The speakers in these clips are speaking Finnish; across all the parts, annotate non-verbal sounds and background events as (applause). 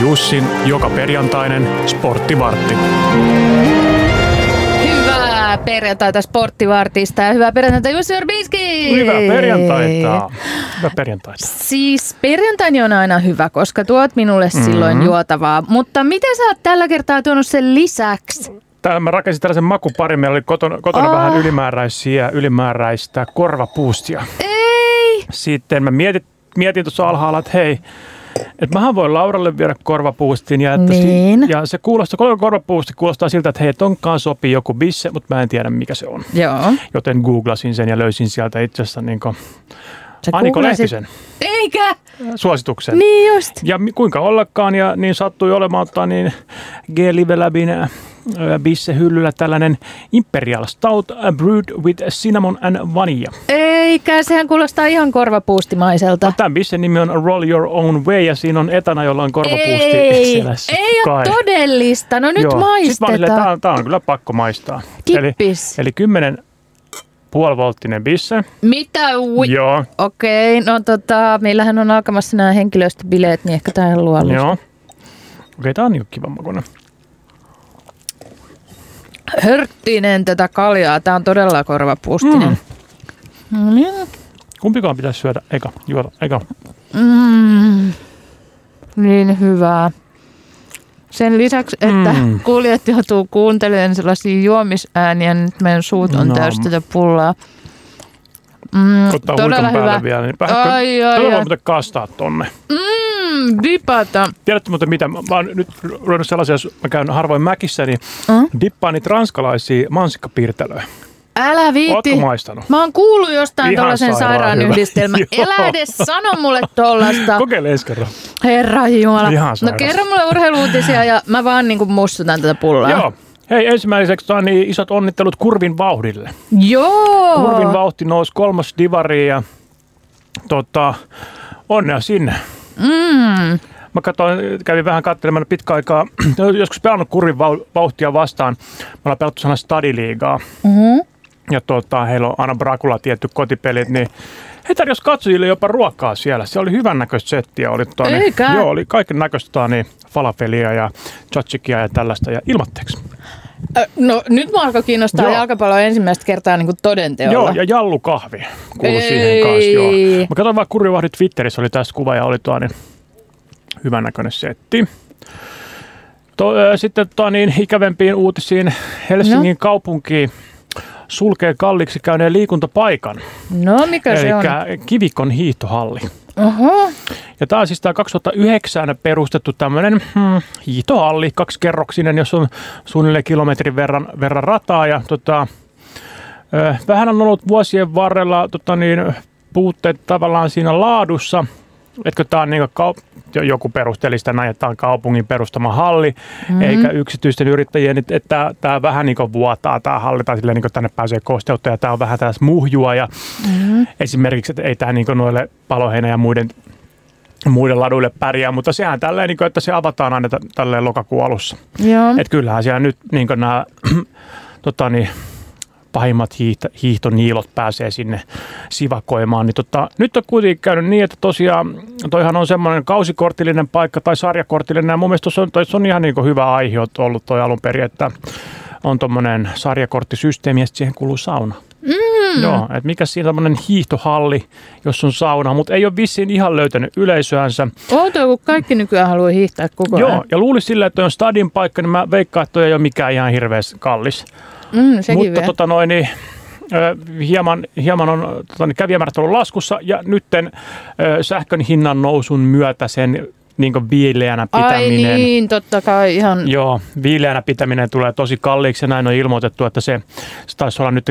Jussin joka perjantainen sporttivartti. Hyvää perjantaita sporttivartista ja hyvää perjantaita Jussi Urbinski! Hyvää perjantaita! Hyvää perjantaita. Siis perjantaini on aina hyvä, koska tuot minulle Mhm. silloin mm-hmm. juotavaa. Mutta mitä sä oot tällä kertaa tuonut sen lisäksi? Täällä mä rakensin tällaisen makuparin. Meillä oli kotona, kotona Oh. oh. vähän ylimääräisiä, ylimääräistä korvapuustia. Ei! Sitten mä mietin, mietin tuossa alhaalla, että hei, että mähän voin Lauralle viedä korvapuustin. Ja, että Niin. ja se kuulostaa, koko korvapuusti kuulostaa siltä, että hei, tonkaan sopii joku bisse, mutta mä en tiedä mikä se on. Joo. Joten googlasin sen ja löysin sieltä itse asiassa niin Sä Aniko googlasit- Lehtisen Eikä! suosituksen. Niin just. Ja mi- kuinka ollakaan, ja niin sattui olemaan tota, niin G-Live Labin ö, bissehyllyllä tällainen Imperial Stout ö, Brewed with Cinnamon and Vanilla. Eikä, sehän kuulostaa ihan korvapuustimaiselta. No, tämän bissen nimi on Roll Your Own Way, ja siinä on etana, jolla on korvapuusti ei, selässä. ei ole Kai. todellista. No nyt Joo. Sitten mä olin, maistetaan. tämä, tämä on kyllä pakko maistaa. Kippis. Eli, eli 10 puolivolttinen bisse. Mitä? Ui- Joo, Okei, no tota, meillähän on alkamassa nämä henkilöstöbileet, niin ehkä tämä on luonut. joo. Okei, tämä on niinku kivan makuinen. Hörttinen tätä kaljaa, tämä on todella korvapuustinen. Mm. No niin. Kumpikaan pitäisi syödä eka, juoda eka. Mm. Niin hyvää. Sen lisäksi, että mm. Mm. kuljet joutuu kuuntelemaan sellaisia juomisääniä, niin nyt meidän suut on No. no. täystä tätä pullaa. Mm, Ottaa todella huikan hyvä. päälle vielä, niin vähän Ai, ai, Tätä voi ai. muuten kastaa tonne. Mm, dipata. Tiedätte muuten mitä, mä mä oon nyt ruvennut sellaisia, jos mä käyn harvoin mäkissä, niin Mm? dippaan niitä ranskalaisia mansikkapiirtelöä. Älä viitti. Ootko maistanut? Mä oon kuullut jostain Ihan tollasen sairaan sairaan hyvä. yhdistelmän. (laughs) Joo. Älä edes sano mulle tollasta. Kokeile ensi kerran. Herra Jumala. Ihan No sairaan. kerro mulle urheiluutisia ja mä vaan niinku mussutan tätä pullaa. Joo. Hei, ensimmäiseksi tota, niin isot onnittelut Kurvin vauhdille. Joo. Kurvin vauhti nousi kolmas divariin ja tota, onnea sinne. mm. Mä katsoin, kävin vähän katselemaan pitkä aikaa, (clears throat) joskus pelannut Kurvin vau- vauhtia vastaan. Me ollaan pelattu sana stadiliigaa. Mhm. ja tota, heillä on aina Brakula tietty kotipelit, niin he tarjosi katsojille jopa ruokaa siellä. Se oli hyvän näköistä settiä. Oli, tota, niin, Eikä? joo, oli kaiken näköistä tota, niin, falafelia ja tzatziki ja tällaista ja ilmatteeksi. Ö, No nyt mua alkoi kiinnostaa Joo. jalkapallo ensimmäistä kertaa niinku todenteolla. Joo, ja jallukahvi kuului Ei. siihen kanssa. Joo. Mä katsoin vaan kurivahdi Twitterissä, oli tässä kuva ja oli tuo niin hyvän näköinen setti. To, ö, sitten tuo niin ikävempiin uutisiin Helsingin no. kaupunki sulkee kalliiksi käyneen liikuntapaikan. No mikä se on? Eli Kivikon hiihtohalli. Oho. Ja tämä on siis tämä 2009 perustettu tämmöinen hmm, hiihtohalli, kaksikerroksinen, jossa on suunnilleen kilometrin verran, verran rataa. Ja, tota, ö, vähän on ollut vuosien varrella tota, niin, puutteet tavallaan siinä laadussa. Etkö tämä on niin kaup- jo- joku perusteli sitä näin, että tämä on kaupungin perustama halli, mm-hmm. eikä yksityisten yrittäjien, niin että, että tämä vähän niin vuotaa tämä halli, tai silleen niin tänne pääsee kosteutta, ja tämä on vähän tällaista muhjua, ja mm-hmm. esimerkiksi, että ei tämä niin noille paloheinä ja muiden muiden laduille pärjää, mutta sehän tälleen, niin kuin, että se avataan aina tä- tälleen lokakuun alussa. Joo. Et kyllähän siellä nyt niin kuin nämä (clears throat) tota, niin, pahimmat hiihto, hiihtoniilot pääsee sinne sivakoimaan. Niin, tota, nyt on kuitenkin käynyt niin, että tosiaan toihan on semmoinen kausikortillinen paikka tai sarjakortillinen. Ja mun mielestä se on, toi, se on ihan niin kuin hyvä aihe ollut toi alun perin, että on tuommoinen sarjakorttisysteemi ja sit siihen kuuluu sauna. Mm. Joo, että mikä siinä tämmöinen hiihtohalli, jos on sauna, mutta ei ole vissiin ihan löytänyt yleisöänsä. Outoa, kun kaikki nykyään haluaa hiihtää koko ajan. Joo, ja luulisi sillä, että toi on stadin paikka, niin mä veikkaan, että toi ei ole mikään ihan hirveän kallis. Mm, sekin Mutta vielä. tota noin, niin, ö, hieman, hieman on ö, tota, niin kävijämäärät ollut laskussa ja nytten ö, sähkön hinnan nousun myötä sen niin kuin viileänä Ai pitäminen. niin, totta kai ihan. Joo, viileänä pitäminen tulee tosi kalliiksi ja näin on ilmoitettu, että se, se taisi olla nyt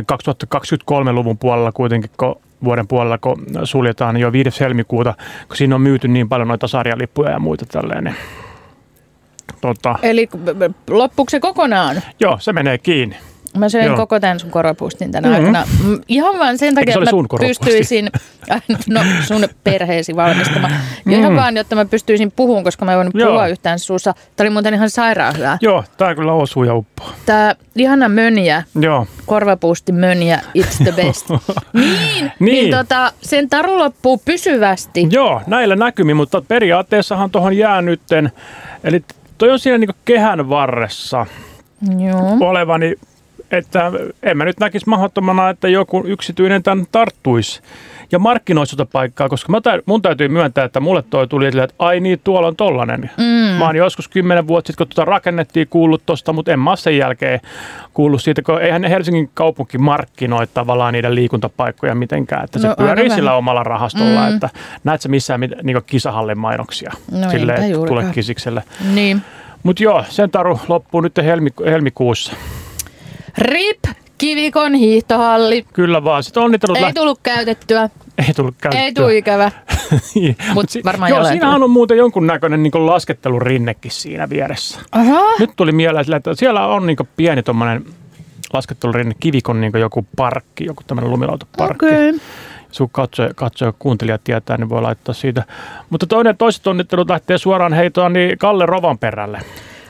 2023-luvun puolella kuitenkin, kun vuoden puolella, kun suljetaan niin jo 5. helmikuuta, kun siinä on myyty niin paljon noita sarjalippuja ja muita tälleen. Niin. Tota, Eli k- b- b- loppuuko se kokonaan? Joo, se menee kiinni. Mä söin Joo. Joo. koko tämän sun koropuustin tänä Mhm. mm-hmm. aikana. Mm, Ihan vaan sen takia, se oli että sun mä koropuusti? (laughs) pystyisin, Ai, no sun perheesi valmistamaan. Ja ihan vaan, jotta mä pystyisin puhumaan, koska mä en voinut Mm-hmm. Joo. puhua yhtään suussa. Tämä oli muuten ihan sairaan hyvä. Joo, tää kyllä osuu ja uppoa. Tämä ihana mönjä, Joo. korvapuusti mönjä, it's the (laughs) best. niin, Niin. niin tota, sen taru loppuu pysyvästi. Joo, näillä näkymin, mutta periaatteessahan tuohon jää nytten. Eli toi on siinä niinku kehän varressa Joo. Mm. Oh. olevani, että en mä nyt näkisi mahdottomana, että joku yksityinen tämän tarttuisi ja markkinoisi sitä paikkaa, koska mä tä- mun täytyy myöntää, että mulle toi tuli silleen, että ai niin, tuolla on tollanen. Mm. Mä oon joskus kymmenen vuotta sitten, kun tuota rakennettiin, kuullut tosta, mutta en mä oo sen jälkeen kuullut siitä, kun eihän ne Helsingin kaupunki markkinoi tavallaan niiden liikuntapaikkoja mitenkään, että se No, no, pyörii aivan. sillä omalla rahastolla, mm. että näet sä missään mit- niinku kisahallin mainoksia No, enpä silleen, että tule juurikaan. kisikselle. Niin. Mutta joo, sen taru loppuu nyt helmiku- helmikuussa. Rip, kivikon hiihtohalli. Kyllä vaan. Sitten onnittelut Ei tullut käytettyä, Ei, ei tullut käyttöön. ei tule ikävä. (laughs) Niin. Mut si- varmaan joo, jollain siinähän tulee. on muuten jonkunnäköinen niin laskettelurinnekin siinä vieressä. Aha. Nyt tuli mieleen, sillä, että siellä on niin pieni tuommoinen laskettelurinne, kivikon niin joku parkki, joku tämmöinen lumilautaparkki. Okei. Okay. Sun katsoja, katsoja, kuuntelija tietää, niin voi laittaa siitä. Mutta toinen toiset onnittelut lähtee suoraan heitoa niin Kalle Rovanperälle.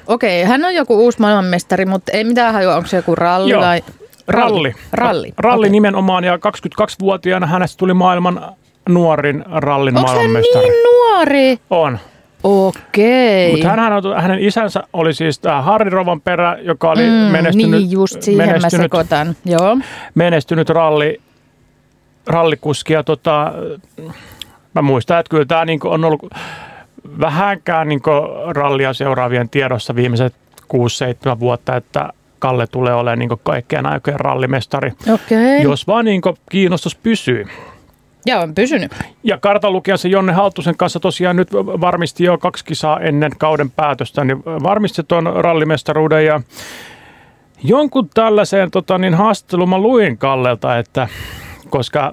Okei, hän on joku uusi maailmanmestari, mutta ei mitään hajua, onko se joku ralli Joo. vai... Ralli. Ralli. Ralli Okei. nimenomaan ja 22-vuotiaana hänestä tuli maailman nuorin rallin Onko hän maailmanmestari. niin nuori? On. Okei. Mutta hänhän on, hänen isänsä oli siis tämä Harri Rovanperä, joka oli mm, menestynyt, niin just siihen mä menestynyt, sekoitan. Joo. menestynyt ralli, rallikuski. Ja tota, mä muistan, että kyllä tämä niinku on ollut vähänkään niinku rallia seuraavien tiedossa viimeiset 6-7 vuotta, että Kalle tulee olemaan niinku kaikkien aikojen rallimestari, Okei. jos vaan niinku kiinnostus pysyy. Ja on pysynyt. Ja kartanlukijansa Jonne Halttusen kanssa tosiaan nyt varmisti jo kaksi kisaa ennen kauden päätöstä, niin varmisti tuon rallimestaruuden ja jonkun tällaiseen tota, niin haastattelun mä luin Kallelta, että koska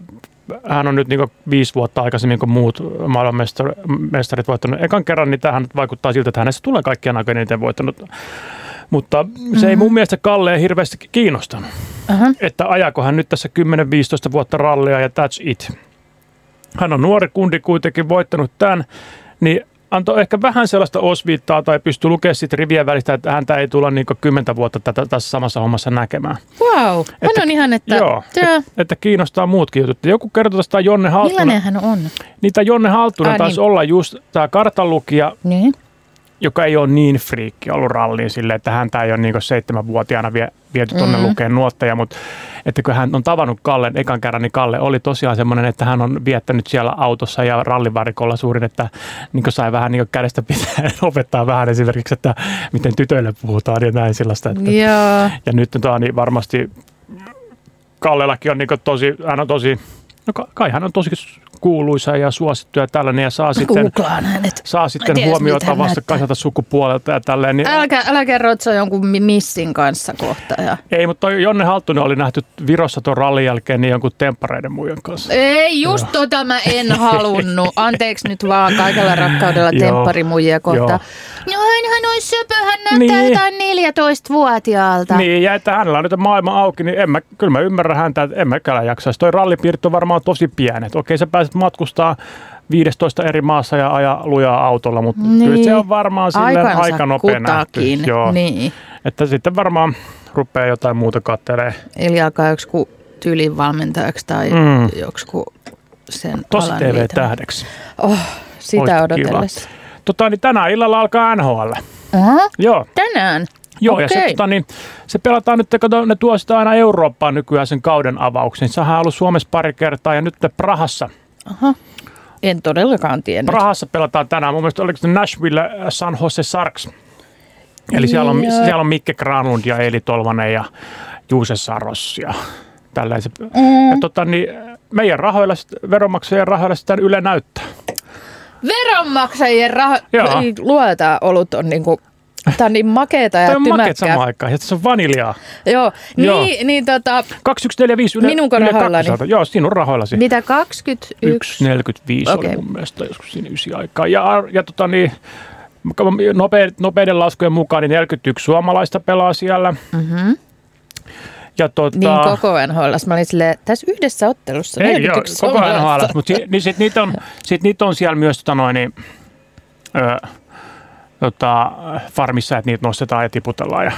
hän on nyt niin viisi vuotta aikaisemmin kuin muut maailmanmestarit voittanut ekan kerran, niin tähän vaikuttaa siltä, että hänestä tulee kaikkien aikojen eniten voittanut. Mutta se mm-hmm. ei mun mielestä Kalleen hirveästi kiinnostanut, Aha. että ajako hän nyt tässä 10-15 vuotta rallia ja that's it. Hän on nuori kundi kuitenkin voittanut tämän, niin antoi ehkä vähän sellaista osviittaa tai pystyy lukemaan siitä rivien välistä, että häntä ei tulla niin kymmentä vuotta tätä, tässä samassa hommassa näkemään. Wow. Hän Että- on ihan, että... joo. Tää, Että kiinnostaa muutkin jutut. Joku kertoi tästä Jonne Halttunen. millainen hän on? Niitä Jonne Halttunen Ah, taisi niin. olla just tämä kartanlukija, Niin. joka ei ole niin friikki ollut ralliin sille, että häntä ei ole niin seitsemänvuotiaana vie, viety tuonne mm-hmm. lukeen nuotteja, mutta että kun hän on tavannut Kallen ekan kerran, niin Kalle oli tosiaan semmoinen, että hän on viettänyt siellä autossa ja rallivarikolla suurin, että niin sai vähän niin kädestä pitää (laughs) opettaa vähän esimerkiksi, että miten tytöille puhutaan ja näin sellaista. Että, Niin. Joo. ja nyt tämä niin varmasti Kallellakin on niin tosi, hän on tosi, no ka- kai hän on tosi kuuluisa ja suosittu ja tällainen ja saa sitten Googlaan hänet. saa sitten tiedä, mitä huomiota hän vasta näyttää. kasata sukupuolelta ja tälleen. Niin, Älkää, älä kerro, että se on jonkun mi- missin kanssa kohta. Ja... Ei, mutta toi Jonne Halttunen oli nähty Virossa tuon rallin jälkeen niin jonkun temppareiden muijan kanssa. Ei, just Joo. tota mä en (laughs) halunnut. Anteeksi nyt vaan kaikella rakkaudella Joo. tempparimuijia kohtaan. No hän on söpö, hän näyttää Niin. niin. jotain 14-vuotiaalta. Niin, ja että hänellä on nyt maailma auki, niin en mä, kyllä mä ymmärrän häntä, että en mä kyllä jaksaisi. Toi rallipiirit on varmaan tosi pienet. Okei, sä pääset matkustaa 15 eri maassa ja ajaa lujaa autolla, mutta niin. kyllä se on varmaan silleen Aikansa aika nopea nähty. kutakin. Joo. Niin. Että sitten varmaan rupeaa jotain muuta kattelee. Eli alkaa joku tyylin valmentajaksi tai Mm. mm. joku sen Tosi alan liitämä. TV-tähdeksi. Oh, Olisi sitä kiva. odotellessa. Tota, niin tänään illalla alkaa NHL. Aha, Joo. tänään? Joo, okay. ja se, Okei. tota, niin, se pelataan nyt, kato, ne tuo sitä aina Eurooppaan nykyään sen kauden avauksen. Sähän on ollut Suomessa pari kertaa ja nyt te Prahassa. Aha. En todellakaan tiennyt. Prahassa pelataan tänään. Mun mielestä oliko se Nashville äh, San Jose Sarks. Eli siellä on, Joo. siellä on Mikke Granlund ja Eli Tolvanen ja Juuse Saros ja tällaiset. Mm. Ja tota, niin, meidän rahoilla, sit- veronmaksajien rahoilla sitä Yle näyttää. Veronmaksajien raho... Joo. Ei, Luetaan, olut on niinku... Tää on niin makeeta ja Tämä on makeet tymäkkää. samaan aikaan. Ja tässä on vaniljaa. Joo, Joo. niin, niin tota, 2145 Yle, Minunko Yle rahoillani? 200. Joo, sinun rahoillasi. mitä 21? 1.45 okay. oli Okei. mun mielestä joskus siinä ysi aikaa. Ja, ja tota niin, nope, nopeiden laskujen mukaan niin 41 suomalaista pelaa siellä. Mm-hmm. Ja tota, Niin koko NHL. Mä olin silleen, tässä yhdessä ottelussa. Ei, joo, 41 koko ajan suomalaista. haalat, mutta niin sit niitä on, sit niitä on siellä myös tota noin, niin, ö, tota, farmissa, että niitä nostetaan ja tiputellaan. Ja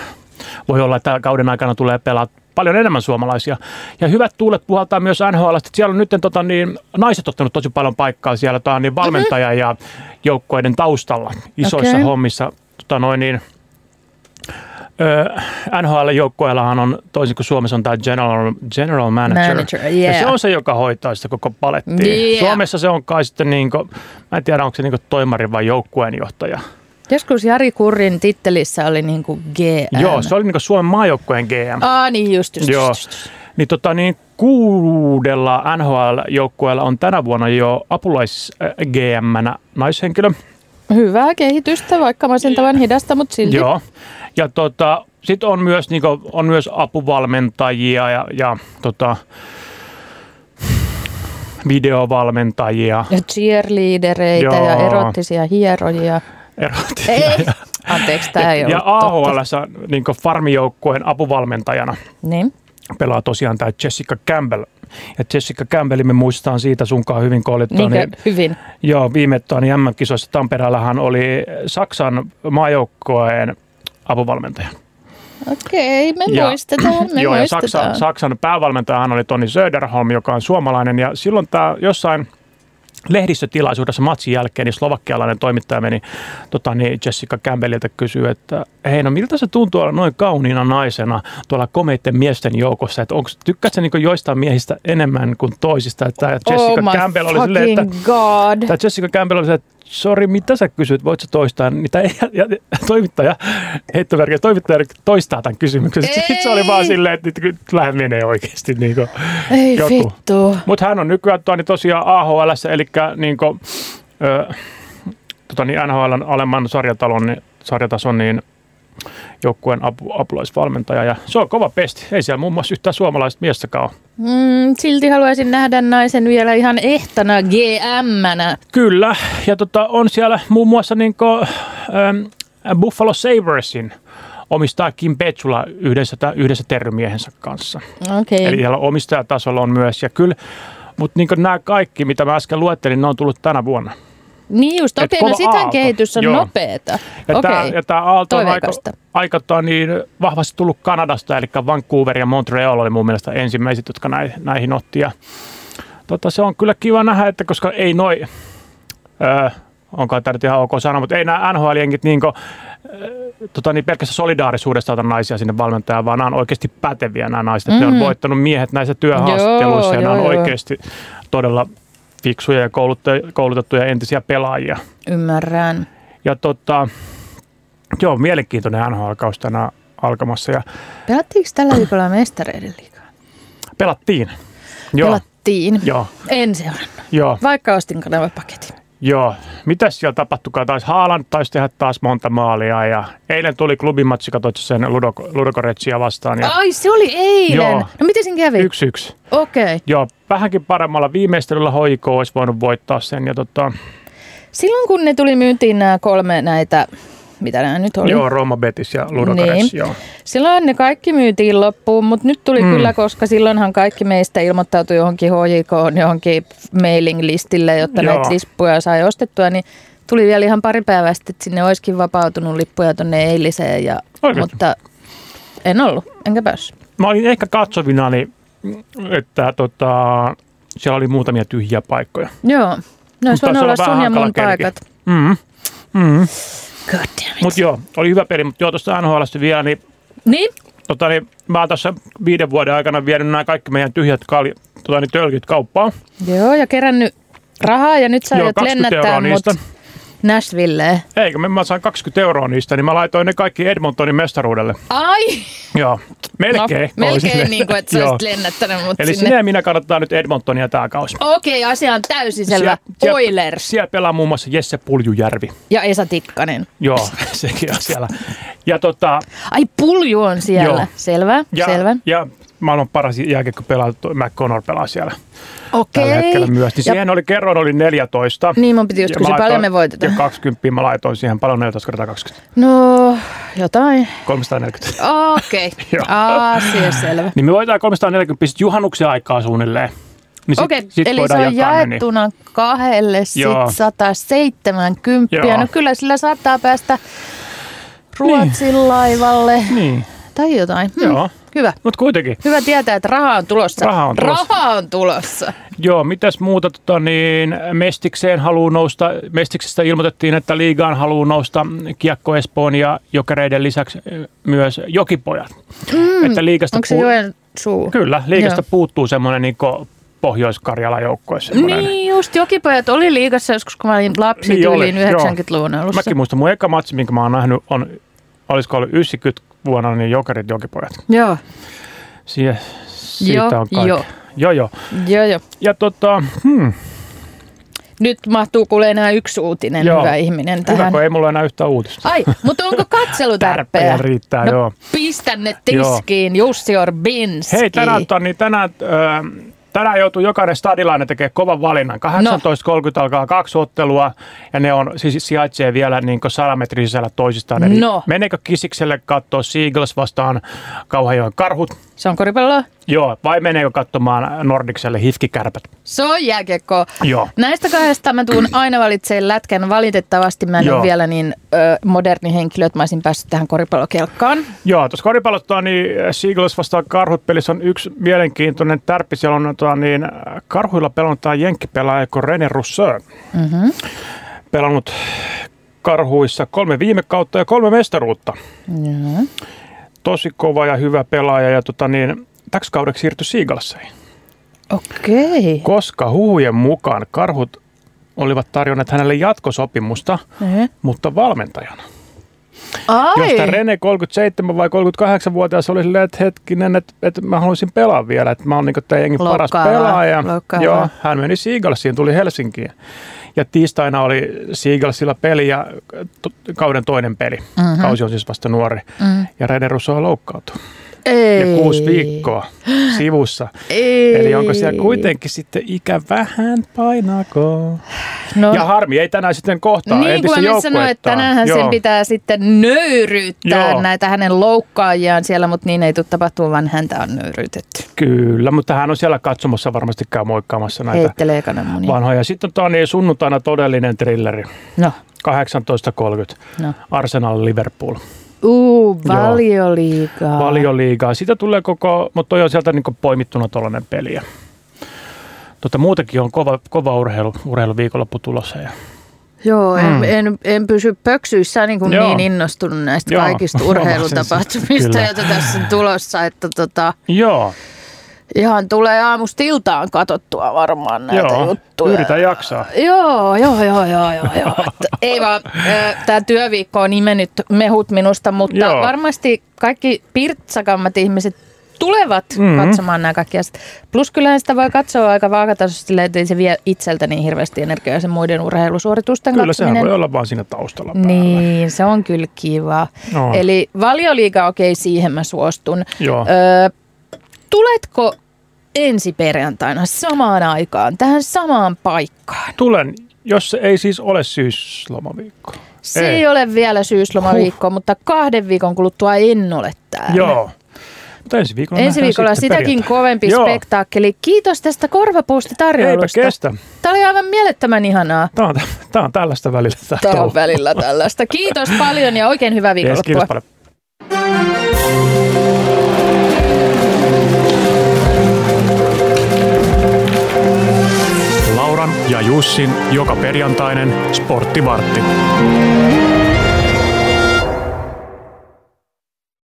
voi olla, että kauden aikana tulee pelaa paljon enemmän suomalaisia. Ja hyvät tuulet puhaltaa myös NHL, että siellä on nyt tota, niin, naiset ottanut tosi paljon paikkaa siellä tota, niin valmentaja mm-hmm. ja joukkueiden taustalla isoissa Okei. okay. hommissa. Tota, noin, niin, Öö, NHL-joukkueellahan on, toisin kuin Suomessa on tämä general, general manager. Manager, yeah. Ja se on se, joka hoitaa sitä koko palettia. Yeah. Suomessa se on kai sitten, niin kuin, mä en tiedä, onko se niin toimari vai joukkueenjohtaja. Joskus Jari Kurrin tittelissä oli niinku GM. Joo, se oli niin Suomen maajoukkueen GM. Aa, niin just, just, Joo. just, just. Niin, tota, niin kuudella NHL-joukkueella on tänä vuonna jo apulais-GM-nä naishenkilö. Hyvää kehitystä, vaikka masentavan hidasta, mutta silti. Joo. Ja tota, sitten on myös, niin kuin, on myös apuvalmentajia ja, ja tota, videovalmentajia. Ja cheerleadereitä Joo. ja erottisia hierojia. Erotti- Ei, anteeksi, tämä ei ja ollut totta. AHL niin farmijoukkueen apuvalmentajana Niin. pelaa tosiaan tämä Jessica Campbell. Ja Jessica Campbell me muistetaan siitä sunkaan hyvin, kun olit Niinkö niin, hyvin? joo, viime tuon MM-kisoissa Tampereellahan oli Saksan maajoukkueen apuvalmentaja. Okei, me Ja- muistetaan, (clears throat) me Joo, ja muistetaan. Saksan, Saksan päävalmentajahan oli Toni Söderholm, joka on suomalainen. Ja silloin tämä jossain lehdistötilaisuudessa matsin jälkeen niin slovakkialainen toimittaja meni tota, niin Jessica Campbellilta kysyy, että hei no miltä se tuntuu olla noin kauniina naisena tuolla komeiden miesten joukossa, että onko, tykkäätkö sä niin joistain miehistä enemmän kuin toisista, että Jessica oh my Campbell oli fucking silleen, että god. Tämä Jessica Campbell oli se, että sori, mitä sä kysyt, voit sä toistaa? Niin tää, ja, ja, toimittaja, heittomerkeissä, toimittaja toistaa tämän kysymyksen. Sitten se oli Ei! vaan silleen, että nyt kyllä lähden menee oikeasti. Niin Ei joku. vittu. Mutta hän on nykyään tuo, niin tosiaan AHL, eli niin kuin, ö, tota, niin NHL alemman sarjatalon, niin, sarjatason niin joukkueen apu, apulaisvalmentaja. Ja se on kova pesti. Ei siellä muun muassa yhtään suomalaista miestäkään ole. Mm, silti haluaisin nähdä naisen vielä ihan ehtana GM-nä. Kyllä, ja tota, on siellä muun muassa niin kuin, ähm, Buffalo Sabersin omistaa Kim Petsula yhdessä, tä- yhdessä terrymiehensä kanssa. Okei. Eli siellä omistajatasolla on myös, ja kyllä, mutta niin nämä kaikki, mitä mä äsken luettelin, ne on tullut tänä vuonna. Niin just, Et okei, kova no sittenhän aalto. kehitys on Joo. nopeeta. Ja tämä, Okei, ja tämä Aalto on aika, Toiveikasta. aika tota niin vahvasti tullut Kanadasta, eli Vancouver ja Montreal oli mun mielestä ensimmäiset, jotka näi, näihin otti. Ja, tota, se on kyllä kiva nähdä, että koska ei noi, öö, onko tämä nyt ihan ok sanoa, mutta ei nämä NHL-jengit niin kuin, tota, niin pelkästään solidaarisuudesta ota naisia sinne valmentajaan, vaan nämä on oikeasti päteviä nämä naiset. Mm. Ne on Mm. voittanut miehet näissä työhaastatteluissa Joo, ja nämä on joo, joo. oikeasti todella fiksuja ja koulutte- koulutettuja entisiä pelaajia. Ymmärrän. Ja tota, joo, mielenkiintoinen NHL-kaus tänään alkamassa ja Pelattiinko tällä viikolla mestareiden liikaa? pelattiin. Joo, Pelattiin. joo, En seurannut, joo, vaikka ostin kanavapaketin. joo. Mitäs siellä tapahtukaa? Taisi Haaland taisi tehdä taas monta maalia ja eilen tuli klubimatsi, katsoit sä sen Ludok- Ludokoretsia vastaan ja Ai, se oli eilen. Joo. No miten sen kävi? yksi yksi. Okei. Joo, vähänkin paremmalla viimeistelyllä HJK olisi voinut voittaa sen ja tota, Silloin kun ne tuli myyntiin nämä kolme näitä, mitä nämä nyt oli? joo, Roma Betis ja Ludogorets, Niin. joo. Silloin ne kaikki myytiin loppuun, mutta nyt tuli Mm. mm. kyllä, koska silloinhan kaikki meistä ilmoittautui johonkin HJK, johonkin mailing-listille, jotta Joo. Joo. näitä lippuja sai ostettua, niin tuli vielä ihan pari päivää sitten, että sinne olisikin vapautunut lippuja tuonne eiliseen, ja, Oikeesti? mutta en ollut, enkä päässyt. Mä olin ehkä katsovinani, että tota, siellä oli muutamia tyhjiä paikkoja. Joo, ne olisi Mut taisi voinut olla olla vähän sun ja mun hankala kerki. paikat. Mm. Mm. God damn it. Mut joo, oli hyvä peli, mutta joo, tuosta NHLstä vielä, niin, Niin, tota, niin mä oon tässä viiden vuoden aikana vienyt nämä kaikki meidän tyhjät kal- tota, niin, tölkit kauppaan. joo, ja kerännyt rahaa, ja nyt sä Joo, aiot 20 lennättää euroa mut niistä. Nashvilleen. Eikä, mä- mä sain 20 euroa niistä, niin mä laitoin ne kaikki Edmontonin mestaruudelle. Ai! Joo, melkein. No, melkein toisin. niin kuin, että (laughs) sä Joo. olisit lennättänyt mut Eli sinne. sinne ja minä kannattaa nyt Edmontonia tämä kausi. Okei, asia on täysin selvä. siellä- Oilers Siellä pelaa muun muassa Jesse Puljujärvi. ja Esa Tikkanen. Joo, (laughs) sekin on siellä. Ja, tota, Ai, pulju on siellä. Joo. Selvä, ja, selvä. ja maailman paras jääkiekkopelaaja, McConnor pelaa siellä tällä Okei. hetkellä myös. Niin Ja- siihen oli kerroin, oli 14. Niin mun piti just Ja kysyä, mä paljon laitoin- me voitetaan. Ja 20 mä laitoin siihen, paljon 14 kertaa 20, No, jotain. 340. Okei, okay. Joo. asia selvä. (laughs) Niin me voitetaan 340 pistettä juhannuksen aikaa suunnilleen. Niin sit, Okei, okay, sit eli se voidaan on jakaa ne, jaettuna niin. kahdelle sit Joo. 170. Joo. No kyllä sillä saattaa päästä Ruotsin laivalle Niin. niin. tai jotain. Hmm. Joo. Hyvä. Mutta kuitenkin. Hyvä tietää, että raha on tulossa. Raha on tulossa. Raha on tulossa. Joo, mitäs muuta? Tota, niin, Mestikseen haluaa nousta. Mestiksestä ilmoitettiin, että liigaan haluaa nousta Kiekko Espoon ja Jokereiden lisäksi eh, myös Jokipojat. Mm, että liigasta Onko se joen suu? Kyllä, liigasta Joo. puuttuu semmoinen niin Pohjois-Karjala joukkue. semmoinen. Niin, just jokipojat oli liigassa joskus, kun mä olin lapsi Niin niin oli, tyyliin joo. 90-luvun alussa. Mäkin muistan, mun eka matsi, minkä mä oon nähnyt, on, olisiko ollut 90 vuonna, niin Jokerit Jokipojat. Joo, Sie, siitä Joo, on kaikki. joo. joo, joo. joo, joo. Ja tota, hmm, Nyt mahtuu kuule enää yksi uutinen, Joo. joo. hyvä ihminen hyvä, tähän. kun ei mulla enää yhtään uutista. Ai, mutta onko Tärppejä katselutarpeja? riittää, no, joo. pistä ne tiskiin, Jussi Orbinski. Hei, tänään, tota, niin tänään, ö, tänään joutuu jokainen stadilainen tekemään kovan valinnan. 18.30 alkaa kaksi ottelua ja ne on, siis sijaitsee vielä niin 100 metrin sisällä toisistaan. Eli No. meneekö Kisikselle katsoa Seagulls vastaan Kauhajoen karhut? Se on koripalloa, Joo, vai meneekö katsomaan Nordikselle hifkikärpät? se on jääkiekko. Joo. Näistä kahdesta (clears throat) mä tuun aina valitsemaan lätkän. Valitettavasti mä en Joo. ole vielä niin ö, moderni henkilö, että mä olisin päässyt tähän koripallokelkkaan. Joo, tuossa koripallosta niin Seagulls vastaan karhut pelissä on yksi mielenkiintoinen tärppi. Siellä on tota, niin, karhuilla pelannut tämä jenkkipelaaja kuin René Rousseau. Mm-hmm. Pelannut karhuissa kolme viime kautta ja kolme mestaruutta. Joo. Tosi kova ja hyvä pelaaja ja tota, niin, täksi kaudeksi siirtyi Seagullseihin. Okei. Koska huhujen mukaan karhut olivat tarjonneet hänelle jatkosopimusta, Okay. mutta valmentajana. Ai, Josta Rene 37 vai 38-vuotias oli silleen, että hetkinen, että, että mä haluaisin pelaa vielä, että mä oon niinku tää jengin paras Loukkaavaa, pelaaja. loukkaavaa. Joo, hän meni Seagalsiin, tuli Helsinkiin. Ja tiistaina oli Seagalsilla peli ja to, kauden toinen peli. Mhm. Mm-hmm. Kausi on siis vasta nuori. Mm-hmm. Ja Rene Russo loukkaantui. Mm. ei. Ja kuusi viikkoa sivussa. Ei. Eli onko siellä kuitenkin sitten ikä vähän painaako? No, Ja harmi, ei tänään sitten kohtaa niin entistä kuin mä sanoin, että joukkuettaan. tänäänhän Joo. sen pitää sitten nöyryyttää Joo. Joo. näitä hänen loukkaajiaan siellä, mutta niin ei tule tapahtua, vaan häntä on nöyryytetty. Kyllä, mutta hän on siellä katsomassa varmasti käy moikkaamassa näitä Heitä. Heittelee kananmunia. vanhoja. Sitten on niin sunnuntaina todellinen thrilleri, No, 18.30, no. Arsenal Liverpool, Uu, valioliigaa. valioliigaa. Sitä tulee koko, mutta toi on sieltä niin poimittuna tuollainen peli. Ja Tota, muutenkin on kova, kova urheilu, urheiluviikonloppu tulossa. Ja Joo, en, mm. en, en pysy pöksyissä niin, kuin Joo. niin innostunut näistä Joo, Joo. kaikista huomasin urheilutapahtumista, sen, joita tässä on tulossa, että tota, Joo, ihan tulee aamusta iltaan katottua varmaan näitä joo. juttuja. yritä jaksaa. Joo, joo, joo, joo, joo. (laughs) joo. Että Ei vaan, tämä työviikko on imennyt mehut minusta, mutta Joo. joo. varmasti kaikki pirtsakammat ihmiset tulevat Mhm. mm-hmm. katsomaan nämä kaikki asiat. Plus kyllähän sitä voi katsoa aika vaakatasoisesti, silleen, että ei se vie itseltä niin hirveästi energiaa se muiden urheilusuoritusten Kyllä sehän katsominen. voi olla vaan siinä taustalla päällä. Niin, se on kyllä kiva. On. Eli valioliiga, okei, siihen mä suostun. Joo. Öö, tuletko ensi perjantaina samaan aikaan, tähän samaan paikkaan? Tulen, jos se ei siis ole syyslomaviikko. Se ei, ei ole vielä syyslomaviikko, mutta kahden viikon kuluttua en ole täällä. Joo. Mutta ensi viikolla Ensi nähdään viikolla sitten sitäkin perjantaina. kovempi Joo. spektaakkeli. Kiitos tästä Eipä korvapuustitarjoulusta. kestä. Tämä oli aivan mielettömän ihanaa. Tämä on, tämä on tällaista välillä. Tämä Tämä on touhu. välillä tällaista. Kiitos paljon ja oikein hyvää Yes, viikonloppua. kiitos paljon. Lauran ja Jussin joka perjantainen sporttivartti.